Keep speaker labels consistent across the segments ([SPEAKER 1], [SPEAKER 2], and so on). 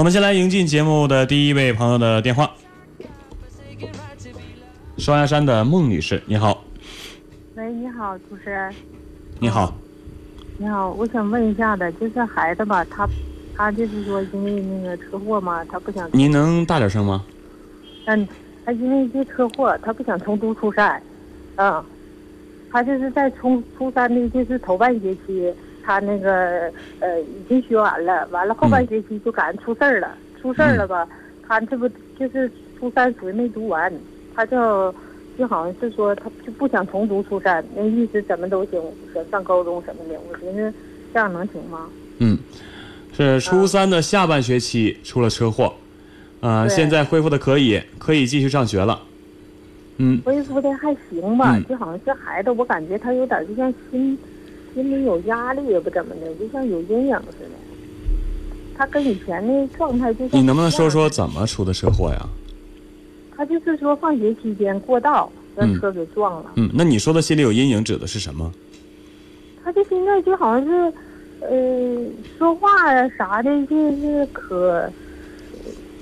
[SPEAKER 1] 我们先来迎进节目的第一位朋友的电话。双鸭山的孟女士，你好，
[SPEAKER 2] 喂，你好，主持人，
[SPEAKER 1] 你好，
[SPEAKER 2] 你好，我想问一下的，就是孩子吧，他他就是说因为那个车祸嘛，他不想，
[SPEAKER 1] 您能大点声吗？
[SPEAKER 2] 嗯，他因为这车祸，他不想从都出山，嗯，他就是在从初三的，就是头半学期，他那个呃已经学完了，完了后半学期就赶上出事儿了，出事儿了吧，他这不就是初三属于没读完，他就就好像是说他就不想重读初三，那意思怎么都行，想上高中什么的，我寻思这样能行吗？
[SPEAKER 1] 嗯，是初三的下半学期出了车祸，呃，
[SPEAKER 2] 对
[SPEAKER 1] 现在恢复的可以，可以继续上学了。嗯，
[SPEAKER 2] 恢复的还行吧，
[SPEAKER 1] 嗯
[SPEAKER 2] 就好像是孩子，我感觉他有点就像心心里有压力，也不怎么的，就像有阴影似的。他跟以前的状态就像
[SPEAKER 1] 你能不能说
[SPEAKER 2] 一
[SPEAKER 1] 说
[SPEAKER 2] 样？
[SPEAKER 1] 怎么出的车祸呀？
[SPEAKER 2] 他就是说放学期间过道让
[SPEAKER 1] 嗯
[SPEAKER 2] 车给撞了，
[SPEAKER 1] 嗯，那你说的心里有阴影指的是什么？
[SPEAKER 2] 他就现在就好像是，呃，说话呀啥的，就是可，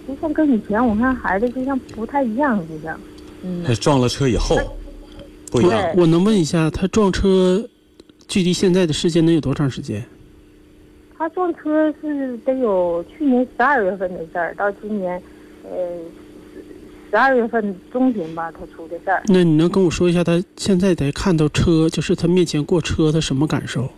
[SPEAKER 2] 就像跟以前我看孩子就像不太一样，就像，嗯，
[SPEAKER 1] 他撞了车以后不一样，
[SPEAKER 2] 对
[SPEAKER 3] 我能问一下，他撞车距离现在的事件能有多长时间？
[SPEAKER 2] 他撞车是得有去年十二月份的事儿，到今年，呃，十二月份中旬吧，他出的事儿。
[SPEAKER 3] 那你能跟我说一下，他现在在看到车，就是他面前过车，他什么感受？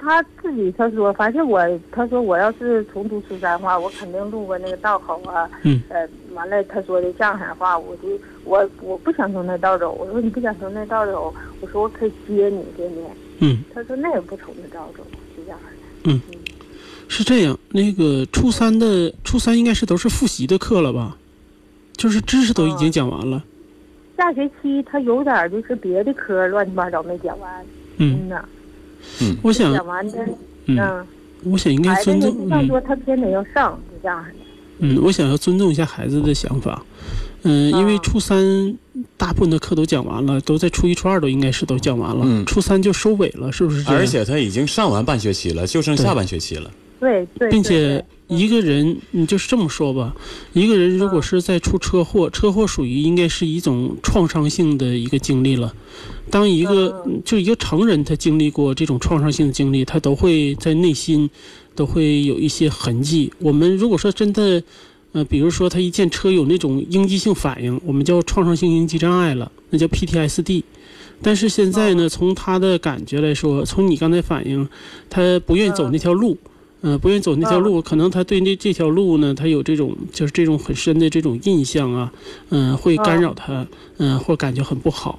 [SPEAKER 2] 他自己他说，反正我他说我要是重读初三的话，我肯定路过那个道口啊，
[SPEAKER 3] 嗯
[SPEAKER 2] 呃，完了他说的上海话，我就我我不想从那道走，我说你不想从那道走，我说我可以接你这面，
[SPEAKER 3] 嗯，
[SPEAKER 2] 他说那也不从那道走，就这样的。
[SPEAKER 3] 是这样，那个初三的初三应该是都是复习的课了吧？就是知识都已经讲完了。
[SPEAKER 2] 下学期他有点儿就是别的科乱七八糟没讲完，
[SPEAKER 3] 嗯，
[SPEAKER 2] 嗯呐，
[SPEAKER 3] 我想，
[SPEAKER 2] 讲完的，
[SPEAKER 3] 嗯，
[SPEAKER 2] 嗯
[SPEAKER 3] 我想应该
[SPEAKER 2] 孩子
[SPEAKER 3] 尊
[SPEAKER 2] 呢，
[SPEAKER 3] 重，
[SPEAKER 2] 就像
[SPEAKER 3] 嗯
[SPEAKER 2] 说他偏得要上，就这样的。
[SPEAKER 3] 嗯，我想要尊重一下孩子的想法。嗯，因为
[SPEAKER 2] 啊
[SPEAKER 3] 初三大部分的课都讲完了，都在初一、初二都应该是都讲完了，
[SPEAKER 1] 嗯
[SPEAKER 3] 初三就收尾了，是不是这样？
[SPEAKER 1] 而且他已经上完半学期了，就剩下半学期了。
[SPEAKER 2] 对对，
[SPEAKER 3] 并
[SPEAKER 2] 对
[SPEAKER 3] 且一个人，你就是这么说吧，一个人
[SPEAKER 2] 嗯
[SPEAKER 3] 如果是在出车祸，车祸属于应该是一种创伤性的一个经历了。当一
[SPEAKER 2] 嗯
[SPEAKER 3] 个嗯就一个成人他经历过这种创伤性的经历，他都会在内心都会有一些痕迹。我们如果说真的，呃，比如说他一见车有那种应激性反应，我们叫创伤性应激障碍了，那叫 PTSD。但是现在呢，从他的感觉来说，从你刚才反映，他不愿意走那条路，呃，不愿意走那条路，可能他对那这条路呢，他有这种就是这种很深的这种印象啊，嗯、会干扰他，嗯、或感觉很不好。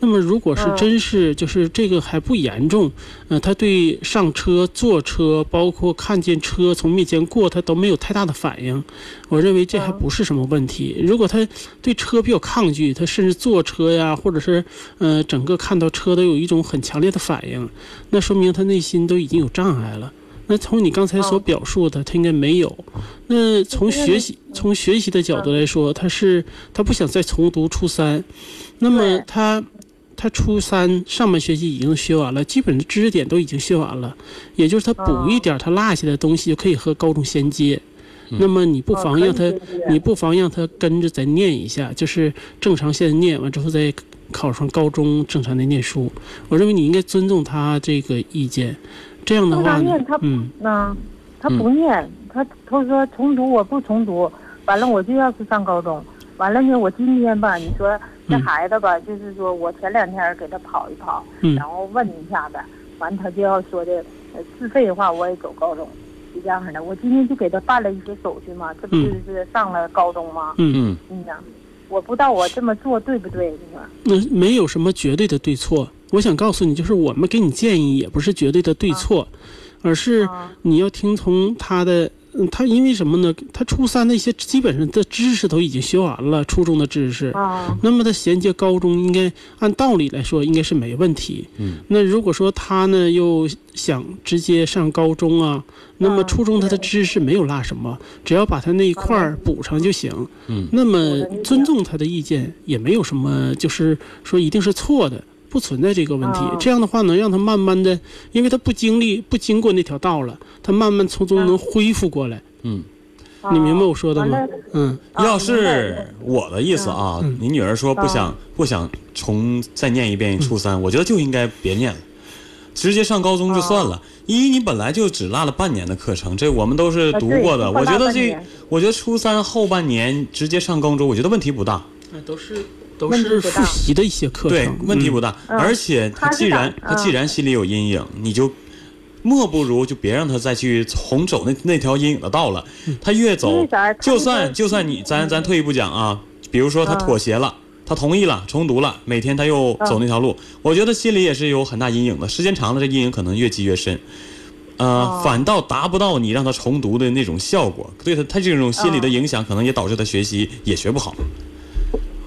[SPEAKER 3] 那么如果是
[SPEAKER 2] 嗯
[SPEAKER 3] 真是就是这个还不严重，呃，他对上车、坐车，包括看见车从面前过，他都没有太大的反应。我认为这还
[SPEAKER 2] 嗯
[SPEAKER 3] 不是什么问题。如果他对车比较抗拒，他甚至坐车呀，或者是呃整个看到车都有一种很强烈的反应，那说明他内心都已经有障碍了。那从你刚才所
[SPEAKER 2] 嗯
[SPEAKER 3] 表述的，他应该没有。那
[SPEAKER 2] 就
[SPEAKER 3] 从
[SPEAKER 2] 是
[SPEAKER 3] 学习从学习的角
[SPEAKER 2] 嗯
[SPEAKER 3] 度来说，他是他不想再重读初三，那么
[SPEAKER 2] 对
[SPEAKER 3] 他他初三上半学期已经学完了，基本的知识点都已经学完了，也就是他补一点
[SPEAKER 2] 哦
[SPEAKER 3] 儿他落下的东西就可以和高中衔接。那么你不妨让他，
[SPEAKER 2] 嗯哦可以理解
[SPEAKER 3] 你不妨让他跟着再念一下，就是正常先念完之后再考上高中正常的念书。我认为你应该尊重他这个意见，这样的
[SPEAKER 2] 正
[SPEAKER 3] 话
[SPEAKER 2] 常
[SPEAKER 3] 呢
[SPEAKER 2] 念他，
[SPEAKER 3] 嗯
[SPEAKER 2] 嗯，他不念，他他说重读我不重读，完了我就要去上高中，完了呢我今天吧，你说这
[SPEAKER 3] 嗯
[SPEAKER 2] 孩子吧，就是说我前两天给他跑一跑，
[SPEAKER 3] 嗯
[SPEAKER 2] 然后问一下子，完他就要说的呃自费的话我也走高中，就这样的。我今天就给他办了一些手续嘛，这不
[SPEAKER 3] 嗯
[SPEAKER 2] 就是上了高中吗？
[SPEAKER 3] 嗯，
[SPEAKER 1] 嗯
[SPEAKER 2] 嗯呐，我不知道我这么做对不对，你说。
[SPEAKER 3] 那没有什么绝对的对错。我想告诉你，就是我们给你建议也不是绝对的对错，而是。
[SPEAKER 2] 啊
[SPEAKER 3] 你要听从他的，嗯，他因为什么呢？他初三的一些基本上的知识都已经学完了，初中的知识。
[SPEAKER 2] 啊，
[SPEAKER 3] 那么他衔接高中，应该按道理来说应该是没问题。
[SPEAKER 1] 嗯，
[SPEAKER 3] 那如果说他呢又想直接上高中啊，那么
[SPEAKER 2] 嗯
[SPEAKER 3] 初中他的
[SPEAKER 2] 对啊
[SPEAKER 3] 知识没有落什么，只要把他那一块儿补上就行。
[SPEAKER 1] 嗯，
[SPEAKER 3] 那
[SPEAKER 2] 我
[SPEAKER 3] 么
[SPEAKER 2] 的理解
[SPEAKER 3] 尊重他的意见也没有什么，就是说一定是错的，不存在这个问题
[SPEAKER 2] 哦。
[SPEAKER 3] 这样的话能让他慢慢的，因为他不经历不经过那条道了，他慢慢从中能恢复过来，
[SPEAKER 1] 嗯，
[SPEAKER 3] 你明白我说的吗
[SPEAKER 2] 啊完了？
[SPEAKER 3] 嗯，
[SPEAKER 2] 啊
[SPEAKER 1] 要
[SPEAKER 2] 明白嗯
[SPEAKER 1] 是我的意思啊，你女儿说不想不想重再念一遍初
[SPEAKER 2] 嗯
[SPEAKER 1] 三，我觉得就应该别念了，直接上高中就算
[SPEAKER 2] 啊
[SPEAKER 1] 了。一你本来就只落了半年的课程，这我们都是
[SPEAKER 2] 啊
[SPEAKER 1] 读
[SPEAKER 2] 对
[SPEAKER 1] 过的。
[SPEAKER 2] 一
[SPEAKER 1] 我
[SPEAKER 2] 共
[SPEAKER 1] 觉
[SPEAKER 2] 落
[SPEAKER 1] 得
[SPEAKER 2] 半
[SPEAKER 1] 这
[SPEAKER 2] 年，
[SPEAKER 1] 我觉得初三后半年直接上高中，我觉得问题不大。
[SPEAKER 3] 那都是都
[SPEAKER 2] 问
[SPEAKER 3] 是
[SPEAKER 2] 题不大
[SPEAKER 3] 复习的一些课
[SPEAKER 1] 对
[SPEAKER 3] 程，，
[SPEAKER 1] 问题
[SPEAKER 3] 嗯
[SPEAKER 1] 不大。
[SPEAKER 2] 嗯
[SPEAKER 1] 而且他
[SPEAKER 2] 他是嗯
[SPEAKER 1] 既然
[SPEAKER 2] 打
[SPEAKER 1] 他既然心里有阴影，你就莫不如就别让他再去重走那那条阴影的道了。
[SPEAKER 3] 嗯
[SPEAKER 1] 他越走
[SPEAKER 2] 为啥，他嗯
[SPEAKER 1] 就
[SPEAKER 2] 那
[SPEAKER 1] 算
[SPEAKER 2] 个
[SPEAKER 1] 就算你咱咱退一步讲啊，比如说他妥协了。他同意了，重读了，每天他又
[SPEAKER 2] 嗯
[SPEAKER 1] 走那条路，我觉得心里也是有很大阴影的。时间长了，这阴影可能越积越深，呃，
[SPEAKER 2] 哦
[SPEAKER 1] 反倒达不到你让他重读的那种效果，对他他这种心
[SPEAKER 2] 嗯
[SPEAKER 1] 理的影响，可能也导致他学习也学不好。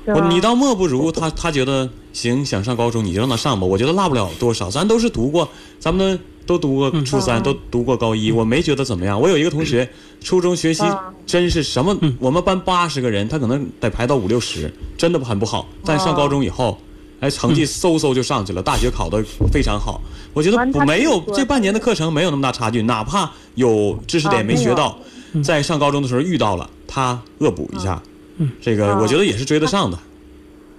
[SPEAKER 2] 是
[SPEAKER 1] 我
[SPEAKER 2] 吧
[SPEAKER 1] 你倒莫不如他，他觉得行，想上高中你就让他上吧，我觉得落不了多少，咱都是读过，咱们都读过
[SPEAKER 2] 嗯
[SPEAKER 1] 初三，都读过高一，我没觉得怎么样。我有一个同学，初中学习
[SPEAKER 2] 嗯
[SPEAKER 1] 真是什么，我们班八十个人，他可能得排到五六十，真的很不好。但上高中以后，哎，成绩嗖嗖就上去了，大学考得非常好。我觉得
[SPEAKER 2] 完
[SPEAKER 1] 不
[SPEAKER 2] 他
[SPEAKER 1] 没有
[SPEAKER 2] 自己说
[SPEAKER 1] 这半年的课程没有那么大差距，哪怕有知识点
[SPEAKER 2] 啊
[SPEAKER 1] 没
[SPEAKER 2] 没
[SPEAKER 1] 学
[SPEAKER 2] 有
[SPEAKER 1] 到，在上高中的时候遇到了，他恶补一下，这个
[SPEAKER 2] 啊
[SPEAKER 1] 我觉得也是追得上的。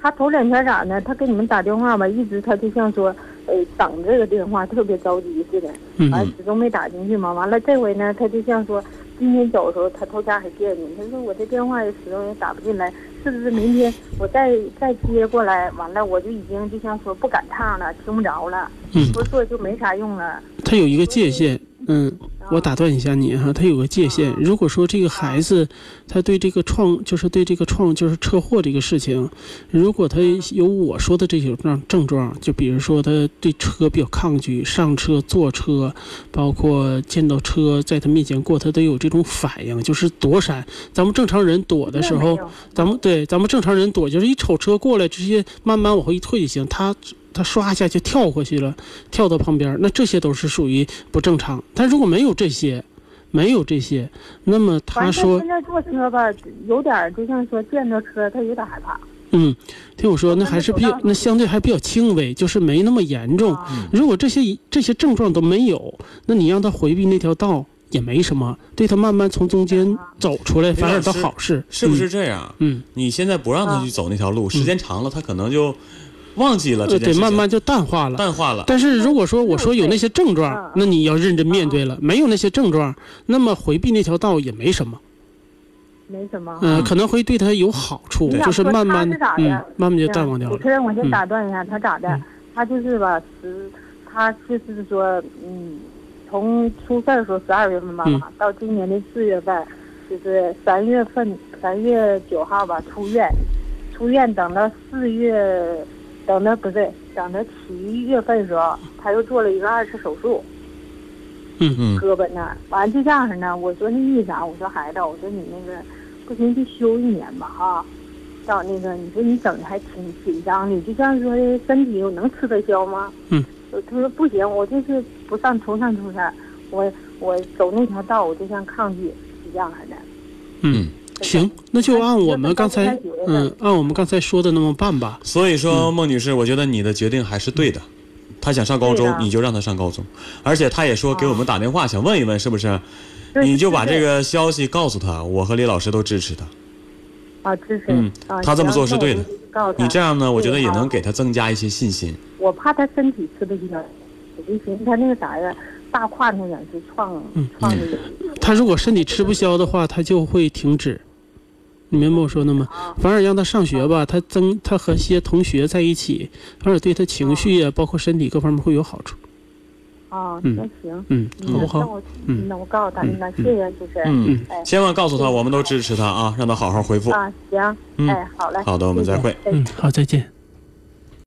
[SPEAKER 2] 他头两天咋呢？他给你们打电话吧，一直他就像说，呃，等这个电话特别着急似的，
[SPEAKER 3] 嗯
[SPEAKER 2] 完始终没打进去嘛。完了这回呢，他就像说，今天走的时候他头家还惦记，他说我这电话也始终也打不进来，是不是明天我再再接过来？完了我就已经就像说不赶趟了，听不着了，
[SPEAKER 3] 嗯
[SPEAKER 2] 说做就没啥用了。啊
[SPEAKER 3] 它有一个界限，嗯，我打断一下你哈，它有个界
[SPEAKER 2] 嗯
[SPEAKER 3] 限。如果说这个孩子，他对这个创，就是对这个创，就是车祸这个事情，如果他
[SPEAKER 2] 嗯
[SPEAKER 3] 有我说的这些症症状，就比如说他对车比较抗拒，上车、坐车，包括见到车在他面前过，他都有这种反应，就是躲闪。咱们正常人躲的时
[SPEAKER 2] 那
[SPEAKER 3] 候
[SPEAKER 2] 没，有
[SPEAKER 3] 咱们对咱们正常人躲，就是一瞅车过来，直接慢慢往后一退就行。他他唰一下就跳过去了，跳到旁边儿，那这些都是属于不正常。但如果没有这些，没有这些，那么他
[SPEAKER 2] 完
[SPEAKER 3] 说
[SPEAKER 2] 哎现，在坐车吧，有点儿就像说见着车他有点害怕。
[SPEAKER 3] 嗯，听我说，那
[SPEAKER 2] 那
[SPEAKER 3] 还
[SPEAKER 2] 就是走
[SPEAKER 3] 比较
[SPEAKER 2] 道，
[SPEAKER 3] 那相对还比较轻微，就是没那么严重。
[SPEAKER 2] 啊
[SPEAKER 3] 如果这些这些症状都没有，那你让他回避那条道也没什么，对他慢慢从中间
[SPEAKER 2] 啊
[SPEAKER 3] 走出来，反而
[SPEAKER 1] 老
[SPEAKER 3] 倒
[SPEAKER 1] 师
[SPEAKER 3] 好事，
[SPEAKER 1] 是不是这样？
[SPEAKER 3] 嗯？
[SPEAKER 1] 你现在不让他去走那条路，时间长了，他可能就忘记了
[SPEAKER 3] 嗯，
[SPEAKER 1] 这件
[SPEAKER 3] 呃，
[SPEAKER 1] 事
[SPEAKER 3] 对，
[SPEAKER 1] 情，
[SPEAKER 3] 慢慢就淡化了。
[SPEAKER 1] 淡化了。
[SPEAKER 3] 但是如果说我说有那些
[SPEAKER 2] 嗯
[SPEAKER 3] 症状，那你要认真面对了。没有那些症状，那么回避那条道也没什么，
[SPEAKER 2] 没什么。
[SPEAKER 3] 嗯，可能会对他有好处，
[SPEAKER 2] 对
[SPEAKER 3] 就是慢慢
[SPEAKER 2] 你想说他是咋的嗯
[SPEAKER 3] 嗯，慢慢就淡忘掉
[SPEAKER 2] 主
[SPEAKER 3] 了嗯
[SPEAKER 2] 持。人，我先打断一下，他咋的？他就是吧，十，他就是说，嗯，从初四的时候十二月份吧
[SPEAKER 3] 嗯，
[SPEAKER 2] 到今年的四月份，就是三月份，三月九号吧出院，出院等到四月，等到不对，等到七月份的时候，他又做了一个二次手术。
[SPEAKER 1] 嗯
[SPEAKER 2] 胳膊那儿。完就这样式呢，我说那意思啊，我说孩子，我说你那个不行就休一年吧啊，到那个你说你整的还挺紧张的，就像说身体我能吃得消吗？
[SPEAKER 3] 嗯
[SPEAKER 2] 呃，他说不行，我就是不上初上初三，我我走那条道我就像抗拒一样似的。
[SPEAKER 1] 嗯。
[SPEAKER 3] 行，那就按我们刚才
[SPEAKER 2] 就是到现在
[SPEAKER 3] 嗯，按我们刚才说的那么办吧。
[SPEAKER 1] 所以说，孟女士，我觉得你的决定还是对的。他想上高
[SPEAKER 2] 对
[SPEAKER 1] 中
[SPEAKER 2] 的，
[SPEAKER 1] 你就让他上高中，而且他也说给我们打电话，想问一问是不是？你就把这
[SPEAKER 2] 个
[SPEAKER 1] 个消息告诉他，我和李老师都支持他。
[SPEAKER 2] 啊支持，
[SPEAKER 1] 嗯
[SPEAKER 2] 啊
[SPEAKER 1] 他这么做是对的。
[SPEAKER 2] 行那我就告诉他
[SPEAKER 1] 你这样呢，我觉得也
[SPEAKER 2] 对啊
[SPEAKER 1] 能
[SPEAKER 2] 好
[SPEAKER 1] 给他增加一些信心。
[SPEAKER 2] 我怕他身体吃不消，我就寻思他那个啥呀，大胯那也是创
[SPEAKER 1] 嗯
[SPEAKER 2] 创的。
[SPEAKER 3] 他如果身体吃不消的话，他就会停止。你明白我说的吗？反而让他上学吧，他增他和些同学在一起，反而对他情绪啊，包括身体各方面会有好处。
[SPEAKER 2] 啊，
[SPEAKER 3] 嗯
[SPEAKER 2] 那行，
[SPEAKER 3] 嗯，好不
[SPEAKER 2] 那
[SPEAKER 3] 好？
[SPEAKER 2] 我
[SPEAKER 3] 嗯
[SPEAKER 2] 那我告诉他，那谢谢主持人。
[SPEAKER 1] 嗯
[SPEAKER 2] 哎，
[SPEAKER 1] 千万告诉他，我们都支持他啊，让他好好恢复。
[SPEAKER 2] 啊，行，
[SPEAKER 1] 嗯
[SPEAKER 2] 哎，好嘞，
[SPEAKER 1] 好的我们
[SPEAKER 2] 谢谢
[SPEAKER 1] 再会。
[SPEAKER 2] 哎
[SPEAKER 3] 嗯，好，再见。